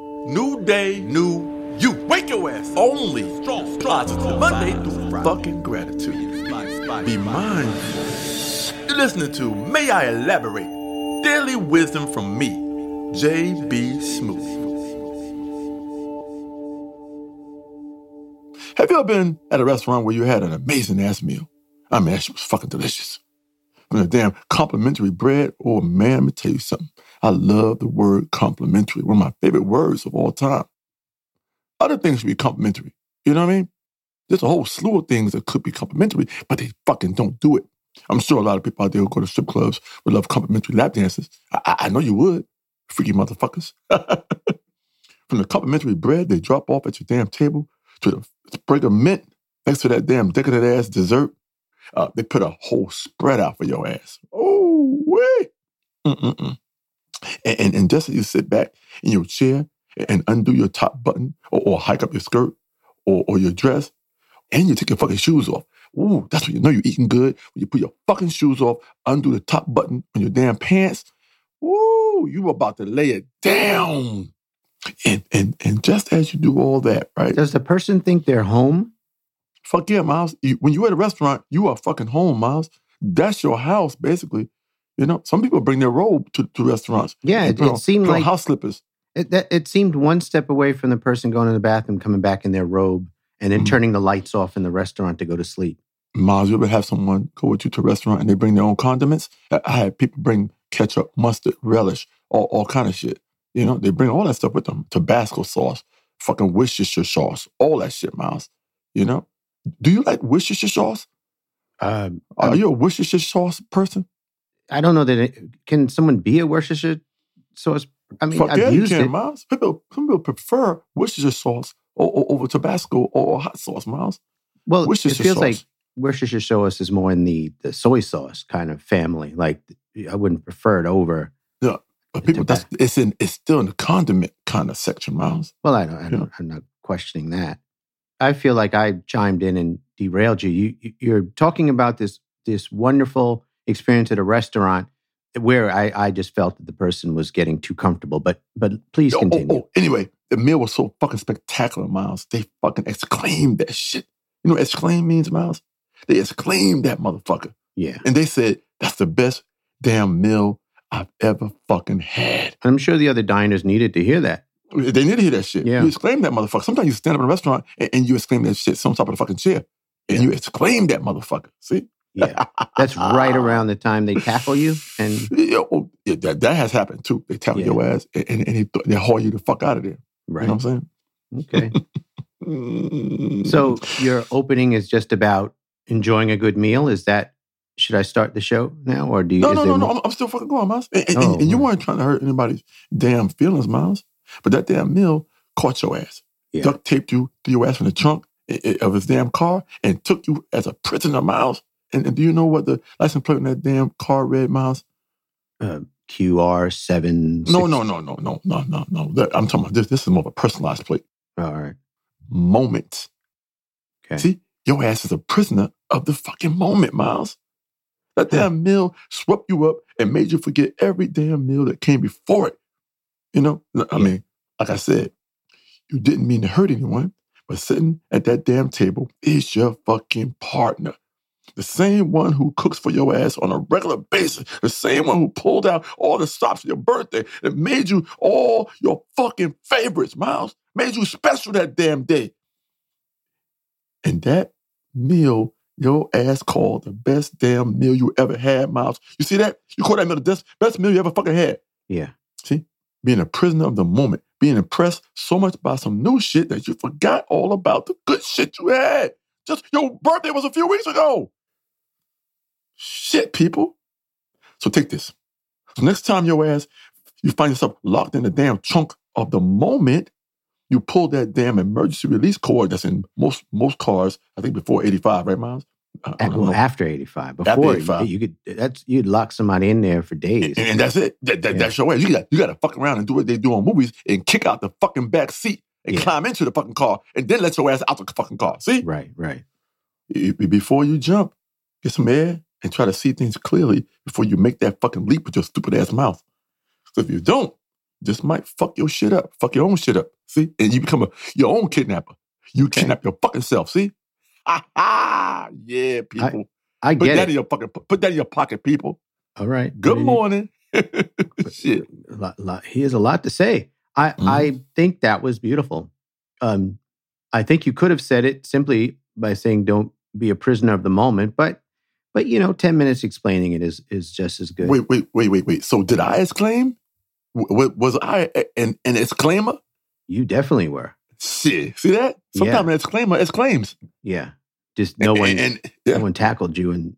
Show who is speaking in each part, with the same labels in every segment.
Speaker 1: New day, new you. Wake your ass. Only strong, positive. Monday through Friday. Fucking gratitude. Be mindful. You're listening to May I Elaborate? Daily wisdom from me, JB Smooth. Have you ever been at a restaurant where you had an amazing ass meal? I mean, that shit was fucking delicious. From the damn complimentary bread, oh man, let me tell you something. I love the word complimentary, one of my favorite words of all time. Other things should be complimentary. You know what I mean? There's a whole slew of things that could be complimentary, but they fucking don't do it. I'm sure a lot of people out there who go to strip clubs would love complimentary lap dances. I, I, I know you would, freaky motherfuckers. From the complimentary bread they drop off at your damn table to the sprig of mint next to that damn decadent ass dessert, uh, they put a whole spread out for your ass. Oh, wait. Mm-mm-mm. And, and, and, just as you sit back in your chair and undo your top button or, or hike up your skirt or, or your dress, and you take your fucking shoes off. Ooh, that's when you know you're eating good. When you put your fucking shoes off, undo the top button on your damn pants. Ooh, you about to lay it down. And and and just as you do all that, right?
Speaker 2: Does the person think they're home?
Speaker 1: Fuck yeah, Miles. You, when you're at a restaurant, you are fucking home, Miles. That's your house, basically. You know, some people bring their robe to, to restaurants.
Speaker 2: Yeah, it,
Speaker 1: you know,
Speaker 2: it seemed
Speaker 1: you know,
Speaker 2: like
Speaker 1: house slippers.
Speaker 2: It, that, it seemed one step away from the person going to the bathroom, coming back in their robe, and then
Speaker 1: Mhm.
Speaker 2: turning the lights off in the restaurant to go to sleep.
Speaker 1: Miles, you ever have someone go with you to a restaurant and they bring their own condiments? I I had people bring ketchup, mustard, relish, all, all kind of shit. You know, they bring all that stuff with them. Tabasco sauce, fucking Worcestershire sauce, all that shit, Miles. You know? Do you like Worcestershire sauce?
Speaker 2: Um,
Speaker 1: Are you a Worcestershire sauce person?
Speaker 2: I don't know that it, can someone be a Worcestershire sauce. I mean,
Speaker 1: Fuck
Speaker 2: I've
Speaker 1: yeah, you
Speaker 2: used
Speaker 1: can,
Speaker 2: it.
Speaker 1: Miles. People, some people prefer Worcestershire sauce o- o- over Tabasco or hot sauce, Miles.
Speaker 2: Well,
Speaker 1: Worcestershire
Speaker 2: it feels
Speaker 1: sauce.
Speaker 2: like Worcestershire sauce is more in the, the soy sauce kind of family. Like I wouldn't prefer it over.
Speaker 1: But people, that's it's in it's still in the condiment kind of section, Miles.
Speaker 2: Well, I don't. I don't
Speaker 1: Yeah.
Speaker 2: I'm not questioning that. I feel like I chimed in and derailed you. You you- you're talking about this this wonderful experience at a restaurant where I, I just felt that the person was getting too comfortable. But but please
Speaker 1: Oh, oh,
Speaker 2: continue.
Speaker 1: oh, Anyway, the meal was so fucking spectacular, Miles. They fucking exclaimed that shit. You know what exclaim means, Miles? They exclaimed that motherfucker.
Speaker 2: Yeah, and
Speaker 1: And they said, that's the best damn meal I've ever fucking had.
Speaker 2: I'm sure the other diners needed to hear that.
Speaker 1: They need to hear that shit.
Speaker 2: Yeah.
Speaker 1: You exclaim that motherfucker. Sometimes you stand up in a restaurant and, and you exclaim that shit some top of the fucking chair. And you exclaim that motherfucker. See?
Speaker 2: Yeah, that's right around the time they tackle you and
Speaker 1: Yeah, oh, yeah, that, that has happened too. They tap
Speaker 2: Yeah.
Speaker 1: your ass and, and, and they, th- they haul you the fuck out of there.
Speaker 2: right.
Speaker 1: You know what I'm
Speaker 2: Okay.
Speaker 1: saying?
Speaker 2: So your opening is just about enjoying a good meal. Is that should I start the show now, or do you?
Speaker 1: No,
Speaker 2: is
Speaker 1: no,
Speaker 2: there
Speaker 1: no, no.
Speaker 2: more-
Speaker 1: I'm, I'm still fucking going, Miles. And, and,
Speaker 2: Oh,
Speaker 1: and you
Speaker 2: right.
Speaker 1: weren't trying to hurt anybody's damn feelings, Miles. But that damn mill caught your ass,
Speaker 2: Yeah.
Speaker 1: duct taped you threw your ass in the trunk i- i- of his damn car, and took you as a prisoner, Miles. And, and do you know what the license plate on that damn car read, Miles?
Speaker 2: Uh, QR seven.
Speaker 1: No, no, no, no, no, no, no, no. That- I'm talking about this. This is more of a personalized plate.
Speaker 2: All right.
Speaker 1: Moment.
Speaker 2: Okay.
Speaker 1: See, your ass is a prisoner of the fucking moment, Miles. That
Speaker 2: Huh.
Speaker 1: damn meal swept you up and made you forget every damn meal that came before it. You know, I
Speaker 2: Yeah.
Speaker 1: mean, like I said, you didn't mean to hurt anyone, but sitting at that damn table is your fucking partner. The same one who cooks for your ass on a regular basis. The same one who pulled out all the stops for your birthday and made you all your fucking favorites, Miles. Made you special that damn day. And that meal your ass called the best damn meal you ever had, Miles. You see that? You call that meal the best, best meal you ever fucking had.
Speaker 2: Yeah.
Speaker 1: See? Being a prisoner of the moment, being impressed so much by some new shit that you forgot all about the good shit you had. Just your birthday was a few weeks ago. Shit, people. So take this. So next time your ass, you find yourself locked in the damn trunk of the moment, you pull that damn emergency release cord that's in most most cars, I think before 85, right, Miles? I- I
Speaker 2: At-
Speaker 1: don't
Speaker 2: well,
Speaker 1: know.
Speaker 2: after eighty five,
Speaker 1: After
Speaker 2: before
Speaker 1: 85.
Speaker 2: you could that's you'd lock somebody in there for days.
Speaker 1: And, and that's it. That, that, That's your ass. You got you got to fuck around and do what they do on movies and kick out the fucking back seat and
Speaker 2: Yeah.
Speaker 1: climb into the fucking car and then let your ass out the fucking car. See,
Speaker 2: Right. Right.
Speaker 1: E- e- before you jump, get some air and try to see things clearly before you make that fucking leap with your stupid ass mouth. So if you don't, This might fuck your shit up. Fuck your own shit up. See? And you become a your own kidnapper. You
Speaker 2: Okay.
Speaker 1: kidnap your fucking self. See? Ha ha! Yeah, people.
Speaker 2: I
Speaker 1: put
Speaker 2: get
Speaker 1: that
Speaker 2: it.
Speaker 1: in your fucking put that in your pocket, people.
Speaker 2: All right.
Speaker 1: Good
Speaker 2: Maybe-
Speaker 1: morning. shit.
Speaker 2: A lot- lot- He has a lot to say. I,
Speaker 1: Mhm.
Speaker 2: I think that was beautiful. Um, I think you could have said it simply by saying, "Don't be a prisoner of the moment," but but you know, ten minutes explaining it is is just as good.
Speaker 1: Wait, wait, wait, wait, wait. So did I exclaim? W- was I a- an, an exclaimer?
Speaker 2: You definitely were.
Speaker 1: Shit. See that? Sometimes an exclaimer exclaims.
Speaker 2: Yeah. Just no one
Speaker 1: And, and-
Speaker 2: no one tackled you and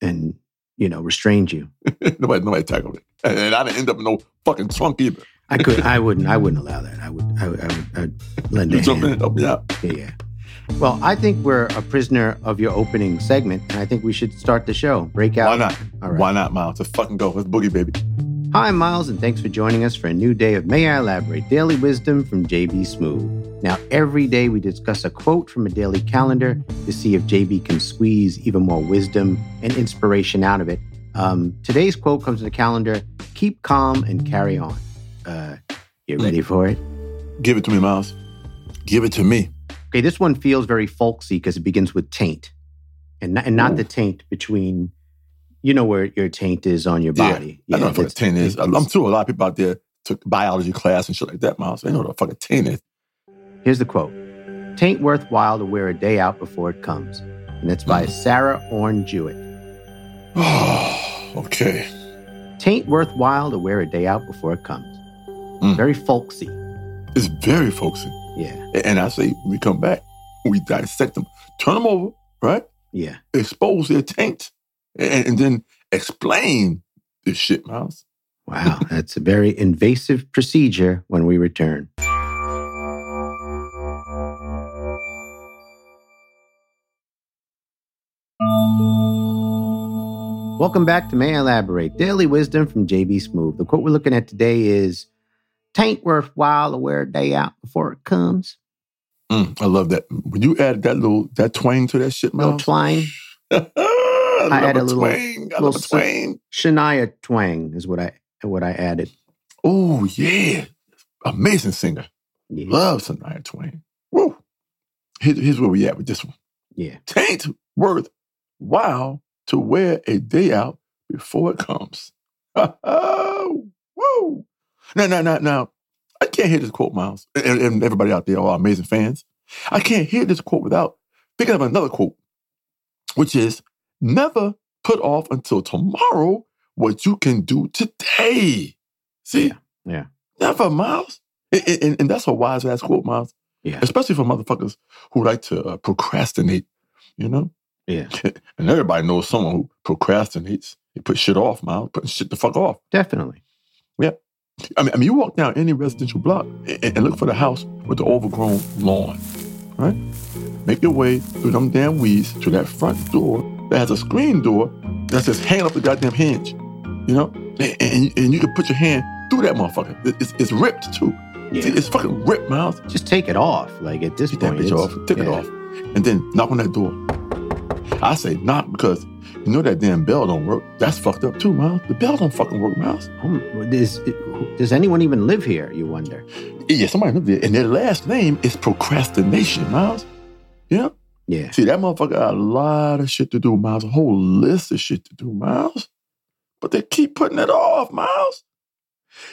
Speaker 2: and you know restrained you.
Speaker 1: nobody, nobody tackled it. And, and I didn't end up in no fucking trunk either.
Speaker 2: I could. I wouldn't. I wouldn't allow that. I would. I would. I would I'd lend
Speaker 1: You
Speaker 2: a
Speaker 1: jump in and
Speaker 2: hand.
Speaker 1: help me out.
Speaker 2: Yeah. Well, I think we're a prisoner of your opening segment, and I think we should start the show. Break out.
Speaker 1: Why not?
Speaker 2: All right.
Speaker 1: Why not, Miles? Let's fucking go. Let's boogie, baby.
Speaker 2: Hi, Miles, and thanks for joining us for a new day of May I Elaborate Daily Wisdom from JB Smooth. Now, every day we discuss a quote from a daily calendar to see if JB can squeeze even more wisdom and inspiration out of it. Um, today's quote comes from the calendar Keep calm and carry on. Uh, you ready
Speaker 1: Mm.
Speaker 2: for it?
Speaker 1: Give it to me, Miles. Give it to me.
Speaker 2: Okay, this one feels very folksy because it begins with taint, and not, and not the taint between, you know, where your taint is on your
Speaker 1: Yeah,
Speaker 2: body.
Speaker 1: I know what a
Speaker 2: that's-
Speaker 1: fucking ten is. I'm sure a lot of people out there took biology class and shit like that, Miles. They know what a fucking ten is.
Speaker 2: Here's the quote Tain't worthwhile to wear a day out before it comes. And that's
Speaker 1: Mm.
Speaker 2: by Sarah Orne Jewett.
Speaker 1: okay.
Speaker 2: Tain't worthwhile to wear a day out before it comes.
Speaker 1: Mm.
Speaker 2: Very folksy.
Speaker 1: It's very folksy.
Speaker 2: Yeah,
Speaker 1: And I say, when we come back, we dissect them, turn them over, right?
Speaker 2: yeah.
Speaker 1: Expose their taint, and, and then explain this shit, Miles.
Speaker 2: Wow, that's a very invasive procedure when we return. Welcome back to May I Elaborate Daily Wisdom from JB Smooth. The quote we're looking at today is Tain't worthwhile to wear a day out before it comes.
Speaker 1: Mm, I love that. When you add that little that twang to that shit,
Speaker 2: Little
Speaker 1: Miles.
Speaker 2: twang.
Speaker 1: I,
Speaker 2: I
Speaker 1: love
Speaker 2: add
Speaker 1: a
Speaker 2: a little-
Speaker 1: twang. I
Speaker 2: little
Speaker 1: love a
Speaker 2: sil-
Speaker 1: twang.
Speaker 2: Shania twang is what I what I added.
Speaker 1: Oh yeah, amazing singer.
Speaker 2: Yeah.
Speaker 1: Love Sonia Twain. Woo. Here- here's where we at with this one.
Speaker 2: yeah.
Speaker 1: Taint worth while to wear a day out before it comes. Oh, Woo! Now, now, now, now, I can't hear this quote, Miles, and, and everybody out there, all our amazing fans. I can't hear this quote without thinking of another quote, which is never put off until tomorrow what you can do today. See?
Speaker 2: Yeah, yeah.
Speaker 1: Never, Miles. And, and- and that's a wise ass quote, Miles,
Speaker 2: Yeah.
Speaker 1: especially for motherfuckers who like to uh, procrastinate, you know?
Speaker 2: Yeah.
Speaker 1: And everybody knows someone who procrastinates. They put shit off, Miles, putting shit the fuck off.
Speaker 2: Definitely.
Speaker 1: I mean, I mean you walk down any residential block and, and look for the house with the overgrown lawn, right? Make your way through them damn weeds to that front door that has a screen door that says hang up the goddamn hinge, you know? And, and, and you can put your hand through that motherfucker. It- It's, it's ripped too. See,
Speaker 2: Yeah.
Speaker 1: It's fucking ripped, Miles.
Speaker 2: Just take it off. Like at this
Speaker 1: Get that
Speaker 2: point.
Speaker 1: bitch
Speaker 2: it's-
Speaker 1: off. Take it
Speaker 2: yeah.
Speaker 1: off. And then knock on that door. I say knock because you know that damn bell don't work. That's fucked up too, Miles. The bell don't fucking work, Miles.
Speaker 2: Um, does, does anyone even live here, you wonder?
Speaker 1: Yeah, somebody lived there. And their last name is procrastination, Miles. Yeah.
Speaker 2: Yeah.
Speaker 1: See, that motherfucker got a lot of shit to do, Miles. A whole list of shit to do, Miles. But they keep putting it off, Miles.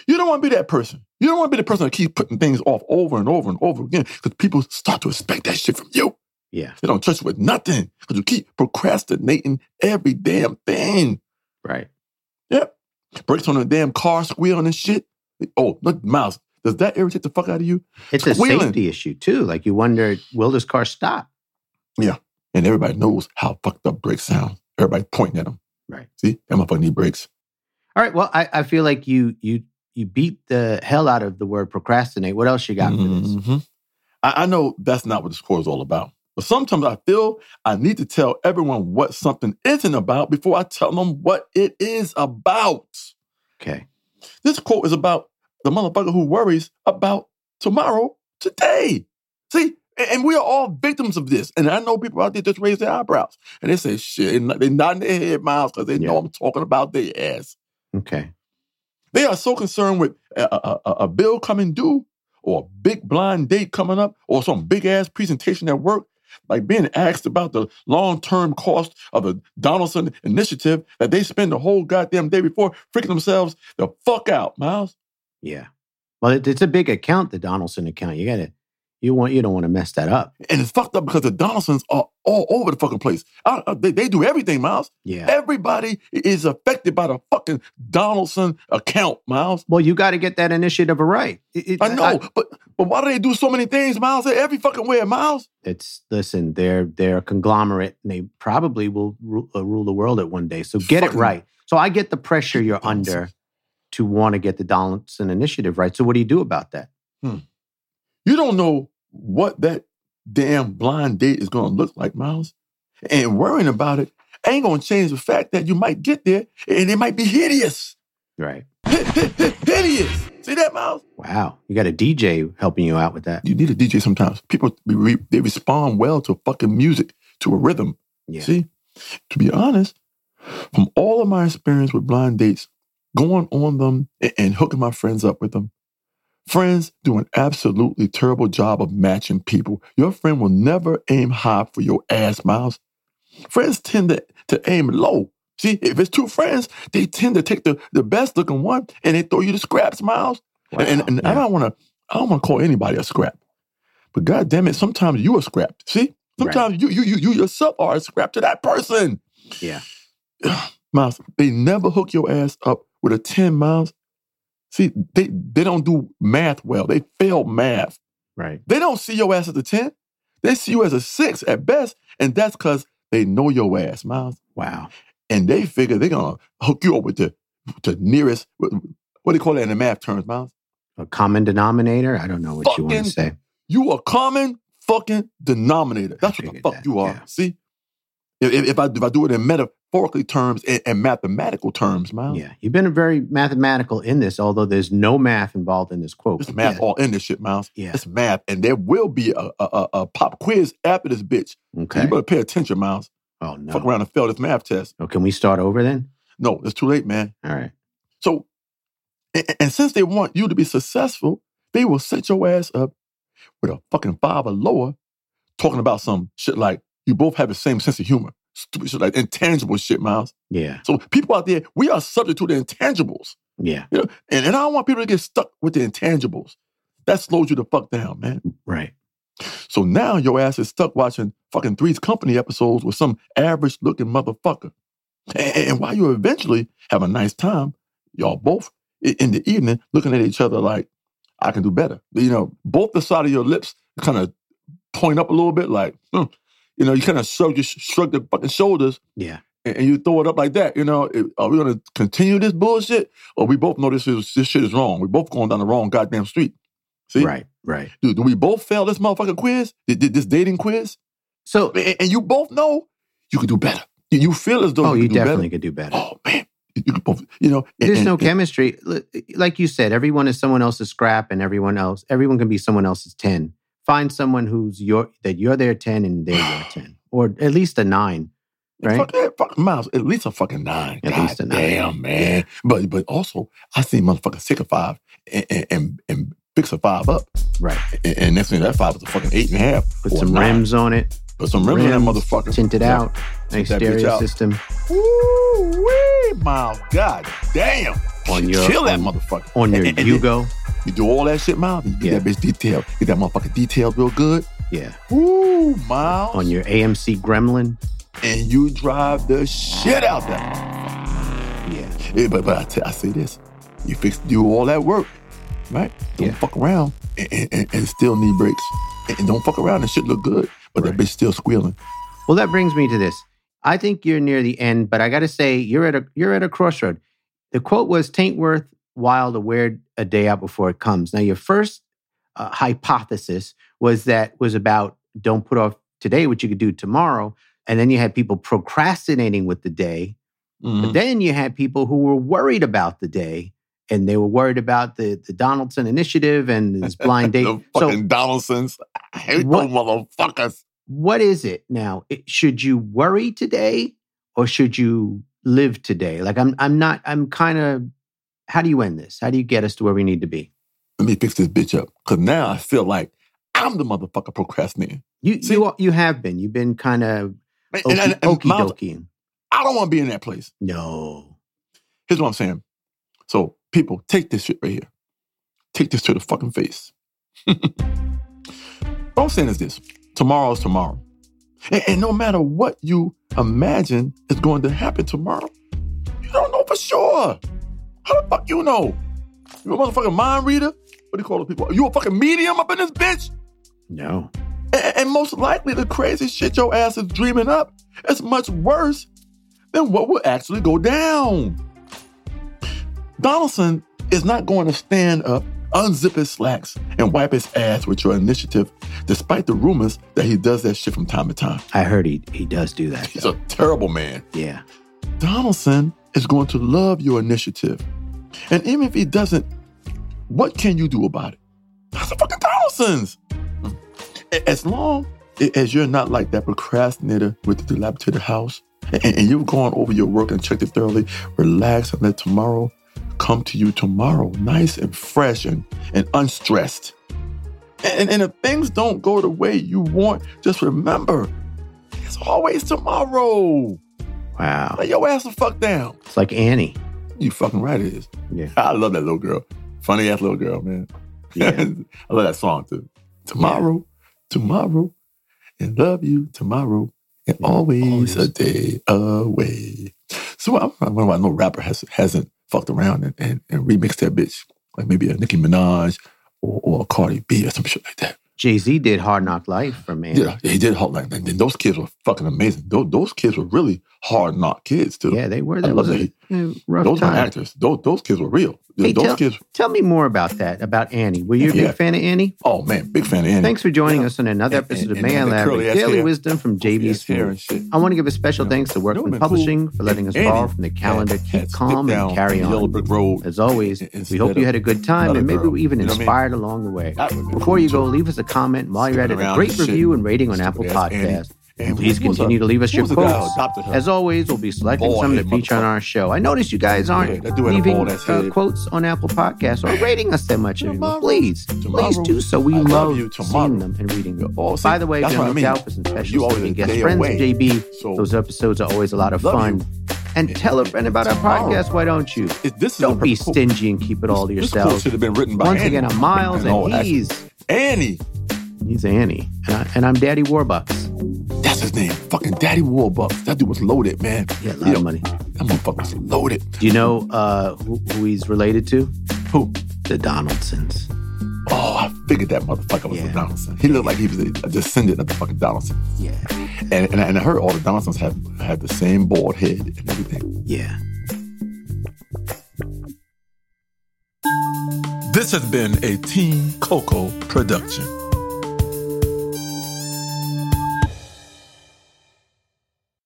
Speaker 1: You don't want to be that person. You don't want to be the person that keeps putting things off over and over and over again because people start to expect that shit from you.
Speaker 2: Yeah.
Speaker 1: They don't trust you with nothing because you keep procrastinating every damn thing.
Speaker 2: Right.
Speaker 1: Yep. Brakes on a damn car squealing and shit. Oh, look, Miles, does that irritate the fuck out of you?
Speaker 2: It's a
Speaker 1: Squealing.
Speaker 2: safety issue, too. Like you wonder, will this car stop?
Speaker 1: And everybody knows how fucked up brakes sound. Everybody pointing at them.
Speaker 2: Right.
Speaker 1: See, that motherfucker need brakes.
Speaker 2: All right. Well, I, I feel like you you you beat the hell out of the word procrastinate. What else you got for this?
Speaker 1: Mhm. I, I know that's not what this score is all about. But sometimes I feel I need to tell everyone what something isn't about before I tell them what it is about.
Speaker 2: Okay.
Speaker 1: This quote is about the motherfucker who worries about tomorrow today. See, and, and we are all victims of this. And I know people out there just raise their eyebrows and they say shit. And they nodding their head, Miles, because they know
Speaker 2: Yeah.
Speaker 1: I'm talking about their ass.
Speaker 2: Okay.
Speaker 1: They are so concerned with a, a- a- a bill coming due or a big blind date coming up or some big ass presentation at work, like being asked about the long term cost of the Donaldson initiative that they spend the whole goddamn day before freaking themselves the fuck out, Miles.
Speaker 2: Yeah. Well, it, it's a big account, the Donaldson account. You gotta, you want, you don't want to mess that up.
Speaker 1: And it's fucked up because the Donaldsons are all over the fucking place. I- I- they, they do everything, Miles.
Speaker 2: Yeah.
Speaker 1: Everybody is affected by the fucking Donaldson account, Miles.
Speaker 2: Well, you got to get that initiative right. It- it-
Speaker 1: I know, but but why do they do so many things, Miles? They're every fucking way, Miles.
Speaker 2: it's listen, they're they're a conglomerate, and they probably will ru- uh, rule the world at one day. So get it
Speaker 1: Fucking-
Speaker 2: right. So I get the pressure you're under to want to get the Donaldson initiative right. So what do you do about that?
Speaker 1: You don't know what that damn blind date is going to look like, Miles. And worrying about it ain't going to change the fact that you might get there and it might be hideous.
Speaker 2: Right.
Speaker 1: Hi- hi- hi- hideous. See that, Miles?
Speaker 2: Wow. You got a DJ helping you out with that.
Speaker 1: You need a DJ sometimes. People, be re- they respond well to fucking music, to a rhythm.
Speaker 2: Yeah.
Speaker 1: See, to be honest, from all of my experience with blind dates, going on them and, and hooking my friends up with them, friends do an absolutely terrible job of matching people. Your friend will never aim high for your ass, Miles. Friends tend to, to aim low. See, if it's two friends, they tend to take the, the best looking one and they throw you the scraps, Miles.
Speaker 2: Wow.
Speaker 1: And, and I
Speaker 2: Yeah.
Speaker 1: don't want to, I don't want to call anybody a scrap. But God damn it, sometimes you are scrapped. See,
Speaker 2: Right.
Speaker 1: sometimes you you you you yourself are a scrap to that person.
Speaker 2: Yeah.
Speaker 1: Miles, they never hook your ass up with a ten miles. See, they they don't do math well. They fail math.
Speaker 2: Right.
Speaker 1: They don't see your ass as a ten. They see you as a six at best, and that's because they know your ass, Miles,
Speaker 2: Wow.
Speaker 1: and they figure they're gonna hook you up with the the nearest. What what do you call that in the math terms, Miles?
Speaker 2: A common denominator. I don't know what you want
Speaker 1: Fucking
Speaker 2: to say.
Speaker 1: You a common fucking denominator. That's what the
Speaker 2: figured
Speaker 1: fuck
Speaker 2: that,
Speaker 1: you are.
Speaker 2: yeah.
Speaker 1: See, if, if- if I if I do it in metaphorically terms and, and mathematical terms, man,
Speaker 2: Yeah, you've been very mathematical in this, although there's no math involved in this quote.
Speaker 1: it's math
Speaker 2: Yeah.
Speaker 1: all in this shit, Miles.
Speaker 2: Yeah.
Speaker 1: It's math, and there will be a, a, a- a pop quiz after this bitch.
Speaker 2: Okay.
Speaker 1: You better pay attention, Miles.
Speaker 2: Oh
Speaker 1: Fuck
Speaker 2: no.
Speaker 1: around and fail this math test.
Speaker 2: Oh, can we start over then?
Speaker 1: No, it's too late, man.
Speaker 2: All right.
Speaker 1: So, and, and since they want you to be successful, they will set your ass up with a fucking five or lower, talking about some shit like you both have the same sense of humor, stupid shit like intangible shit, Miles.
Speaker 2: Yeah.
Speaker 1: So people out there, we are subject to the intangibles,
Speaker 2: Yeah.
Speaker 1: and, and I don't want people to get stuck with the intangibles. That slows you the fuck down, man.
Speaker 2: Right.
Speaker 1: So now your ass is stuck watching fucking Three's Company episodes with some average looking motherfucker. And, and while you eventually have a nice time, y'all both i- in the evening looking at each other like, I can do better. You know, both the side of your lips kind of point up a little bit, like, hmm. you know, you kind of shrug, your, shrug the fucking shoulders
Speaker 2: Yeah.
Speaker 1: and, and you throw it up like that. You know, it- are we going to continue this bullshit or we both know this, is, this shit is wrong? we both going down the wrong goddamn street. See?
Speaker 2: Right. Right.
Speaker 1: Dude, do we both fail this motherfucking quiz? Th- th- This dating quiz?
Speaker 2: So,
Speaker 1: And and you both know you could do better. You- You feel as though
Speaker 2: oh,
Speaker 1: you,
Speaker 2: you
Speaker 1: could do
Speaker 2: definitely could do
Speaker 1: better.
Speaker 2: better.
Speaker 1: Oh man, you you could both. You know, and-
Speaker 2: There's
Speaker 1: and-
Speaker 2: no
Speaker 1: and-
Speaker 2: chemistry. L- Like you said, everyone is someone else's scrap, and everyone else, everyone can be someone else's ten. Find someone who's your that you're their ten and they're your ten, or at least a nine. Right.
Speaker 1: Fuck that, fuck miles. At least a fucking nine.
Speaker 2: At
Speaker 1: God
Speaker 2: least a nine.
Speaker 1: Damn man. But but also, I see motherfuckers take a five and and and, and fix a five up,
Speaker 2: Right.
Speaker 1: and, and next thing that five is a fucking eight and a half.
Speaker 2: Put
Speaker 1: or
Speaker 2: some
Speaker 1: nine.
Speaker 2: rims on it.
Speaker 1: Put some rims, on that motherfucker.
Speaker 2: Tinted
Speaker 1: Yeah.
Speaker 2: out. Nice
Speaker 1: that bitch
Speaker 2: stereo
Speaker 1: out.
Speaker 2: system.
Speaker 1: Woo wee, Miles. God damn.
Speaker 2: On your-
Speaker 1: Kill that
Speaker 2: on-
Speaker 1: motherfucker.
Speaker 2: on your
Speaker 1: And- and- and
Speaker 2: Yugo.
Speaker 1: You do all that shit, Miles. and You get
Speaker 2: Yeah.
Speaker 1: that bitch detailed. Get that motherfucker detailed real good.
Speaker 2: Yeah.
Speaker 1: Woo, Miles.
Speaker 2: On your AMC Gremlin.
Speaker 1: and you drive the shit out there.
Speaker 2: Yeah.
Speaker 1: Yeah, but but I, t- I say this. You fix do all that work, right? Don't
Speaker 2: Yeah.
Speaker 1: fuck around and, and- and, and still need breaks. And, and don't fuck around and shit look good. But
Speaker 2: Right.
Speaker 1: that bitch still squealing.
Speaker 2: Well, that brings me to this. I think you're near the end, but I got to say you're at a you're at a crossroad. The quote was "Taint worth while to wear a day out before it comes." Now, your first uh, hypothesis was that was about don't put off today what you could do tomorrow, and then you had people procrastinating with the day. But
Speaker 1: Mhm.
Speaker 2: then you had people who were worried about the day, and they were worried about the the Donaldson initiative and this blind date.
Speaker 1: The
Speaker 2: so
Speaker 1: fucking Donaldsons. I hate
Speaker 2: What-
Speaker 1: those motherfuckers.
Speaker 2: what is it now? It, should you worry today or should you live today? Like I'm I'm not I'm kind of how do you end this? How do you get us to where we need to be?
Speaker 1: Let me fix this bitch up. Cause now I feel like I'm the motherfucker procrastinating.
Speaker 2: You
Speaker 1: See-
Speaker 2: you are- you have been. You've been kind of
Speaker 1: And, and- and-
Speaker 2: okey
Speaker 1: and my-
Speaker 2: dokie.
Speaker 1: I don't want to be in that place.
Speaker 2: No.
Speaker 1: Here's what I'm saying. So, people, take this shit right here. Take this to the fucking face. what I'm saying is this tomorrow's tomorrow. And, and no matter what you imagine is going to happen tomorrow, you don't know for sure. How the fuck you know? You a motherfucking mind reader? What do you call those people? You a fucking medium up in this bitch?
Speaker 2: No.
Speaker 1: And, and most likely, the crazy shit your ass is dreaming up is much worse than what will actually go down. Donaldson is not going to stand up, unzip his slacks, and wipe his ass with your initiative, despite the rumors that he does that shit from time to time.
Speaker 2: I heard he he does do that.
Speaker 1: He's
Speaker 2: though.
Speaker 1: a terrible man.
Speaker 2: yeah.
Speaker 1: Donaldson is going to love your initiative. And even if he doesn't, what can you do about it? That's the fucking Donaldson's. A- As long a- as you're not like that procrastinator with the dilapidated house and, and you've gone over your work and checked it thoroughly, relax and let tomorrow come to you tomorrow, nice and fresh and, and unstressed. And, and if things don't go the way you want, just remember it's always tomorrow.
Speaker 2: Wow.
Speaker 1: Lay your ass the fuck down.
Speaker 2: It's like Annie.
Speaker 1: You fucking right it is.
Speaker 2: Yeah.
Speaker 1: I love that little girl. Funny ass little girl, man.
Speaker 2: Yeah.
Speaker 1: I love that song too. Tomorrow, tomorrow, and love you tomorrow, and
Speaker 2: Yeah,
Speaker 1: always,
Speaker 2: always.
Speaker 1: a day away. So I'm I wonder why no rapper has hasn't fucked around and, and, and remixed that bitch. Like maybe a Nicki Minaj or, or a Cardi B or some shit like that.
Speaker 2: Jay Z did Hard Knock Life for man.
Speaker 1: Yeah, he did Hot Line. And then those kids were fucking amazing. Those, those kids were really hard knock kids too.
Speaker 2: Yeah, they were.
Speaker 1: I
Speaker 2: That
Speaker 1: love
Speaker 2: was a
Speaker 1: that
Speaker 2: a rough
Speaker 1: Those
Speaker 2: time.
Speaker 1: were actors. Those, those kids were real.
Speaker 2: Hey,
Speaker 1: those
Speaker 2: tell-
Speaker 1: kids.
Speaker 2: Tell me more about that, about Annie. Were you a big
Speaker 1: Yeah.
Speaker 2: fan of Annie?
Speaker 1: Oh man, big fan of Annie.
Speaker 2: Thanks for joining
Speaker 1: Yeah.
Speaker 2: us on another
Speaker 1: And-
Speaker 2: episode
Speaker 1: and-
Speaker 2: of
Speaker 1: and
Speaker 2: Man
Speaker 1: the
Speaker 2: Lab
Speaker 1: curly ass
Speaker 2: Daily
Speaker 1: hair.
Speaker 2: Wisdom from JB
Speaker 1: Yes, hair
Speaker 2: Smooth.
Speaker 1: and shit.
Speaker 2: I want to give a special
Speaker 1: Yeah.
Speaker 2: thanks to
Speaker 1: Would've been
Speaker 2: Workman Publishing for letting us
Speaker 1: Annie
Speaker 2: borrow from the calendar.
Speaker 1: had- had
Speaker 2: Keep calm
Speaker 1: slipped
Speaker 2: and
Speaker 1: down
Speaker 2: carry
Speaker 1: the Yellow
Speaker 2: on.
Speaker 1: brick road.
Speaker 2: As always,
Speaker 1: in-
Speaker 2: we
Speaker 1: instead
Speaker 2: hope you
Speaker 1: of
Speaker 2: had a good time
Speaker 1: another
Speaker 2: and maybe
Speaker 1: girl.
Speaker 2: we even
Speaker 1: You know what I mean?
Speaker 2: inspired along the way.
Speaker 1: That would've been
Speaker 2: Before you
Speaker 1: cool,
Speaker 2: go,
Speaker 1: too.
Speaker 2: leave us a comment. While you're at it,
Speaker 1: Sticking
Speaker 2: a
Speaker 1: around
Speaker 2: great
Speaker 1: and shit.
Speaker 2: review and rating on
Speaker 1: Stupid
Speaker 2: Apple
Speaker 1: ass Annie.
Speaker 2: Podcasts.
Speaker 1: And
Speaker 2: Please
Speaker 1: who was
Speaker 2: continue
Speaker 1: a-
Speaker 2: to leave us
Speaker 1: who
Speaker 2: your
Speaker 1: was the guy who
Speaker 2: quotes.
Speaker 1: adopted her?
Speaker 2: As always, we'll be selecting
Speaker 1: Bald
Speaker 2: some to
Speaker 1: head
Speaker 2: feature on
Speaker 1: motherfucker.
Speaker 2: our show. I noticed you guys aren't
Speaker 1: Yeah, that dude had a
Speaker 2: leaving
Speaker 1: bald ass
Speaker 2: uh,
Speaker 1: head.
Speaker 2: quotes on Apple Podcasts or
Speaker 1: Man.
Speaker 2: rating us that much anymore.
Speaker 1: Tomorrow.
Speaker 2: Please, please
Speaker 1: Tomorrow.
Speaker 2: do so. We
Speaker 1: I
Speaker 2: love,
Speaker 1: love you tomorrow.
Speaker 2: seeing them and reading them.
Speaker 1: Oh, see,
Speaker 2: By the way, if
Speaker 1: that's
Speaker 2: you're
Speaker 1: what I
Speaker 2: on the
Speaker 1: mean.
Speaker 2: lookout for some
Speaker 1: You
Speaker 2: special
Speaker 1: always
Speaker 2: and
Speaker 1: a
Speaker 2: guest
Speaker 1: day
Speaker 2: friends,
Speaker 1: away.
Speaker 2: JB.
Speaker 1: So-
Speaker 2: Those episodes are always a lot of
Speaker 1: Love
Speaker 2: fun.
Speaker 1: you.
Speaker 2: And tell a friend about our
Speaker 1: Tomorrow.
Speaker 2: podcast, why don't you?
Speaker 1: It- this is a
Speaker 2: Don't be
Speaker 1: perfect quote.
Speaker 2: stingy and keep it all to
Speaker 1: This quote
Speaker 2: yourself.
Speaker 1: should have been written by
Speaker 2: Once
Speaker 1: Annie.
Speaker 2: again, I'm Miles,
Speaker 1: And all
Speaker 2: and
Speaker 1: actors.
Speaker 2: he's
Speaker 1: Annie.
Speaker 2: he's Annie, and, I, and I'm Daddy Warbucks.
Speaker 1: That's his name. Fucking Daddy Warbucks. That dude was loaded, man.
Speaker 2: Yeah, a lot
Speaker 1: You know,
Speaker 2: of money.
Speaker 1: That motherfucker was loaded.
Speaker 2: Do you know uh, who, who he's related to?
Speaker 1: Who?
Speaker 2: The Donaldsons.
Speaker 1: Oh, I figured that motherfucker was
Speaker 2: Yeah.
Speaker 1: a Donaldson. He looked like he was a a descendant of the fucking Donaldson.
Speaker 2: Yeah,
Speaker 1: And, and, I- and I heard all the Donaldsons have had the same bald head and everything.
Speaker 2: yeah.
Speaker 1: This has been a Team Coco production.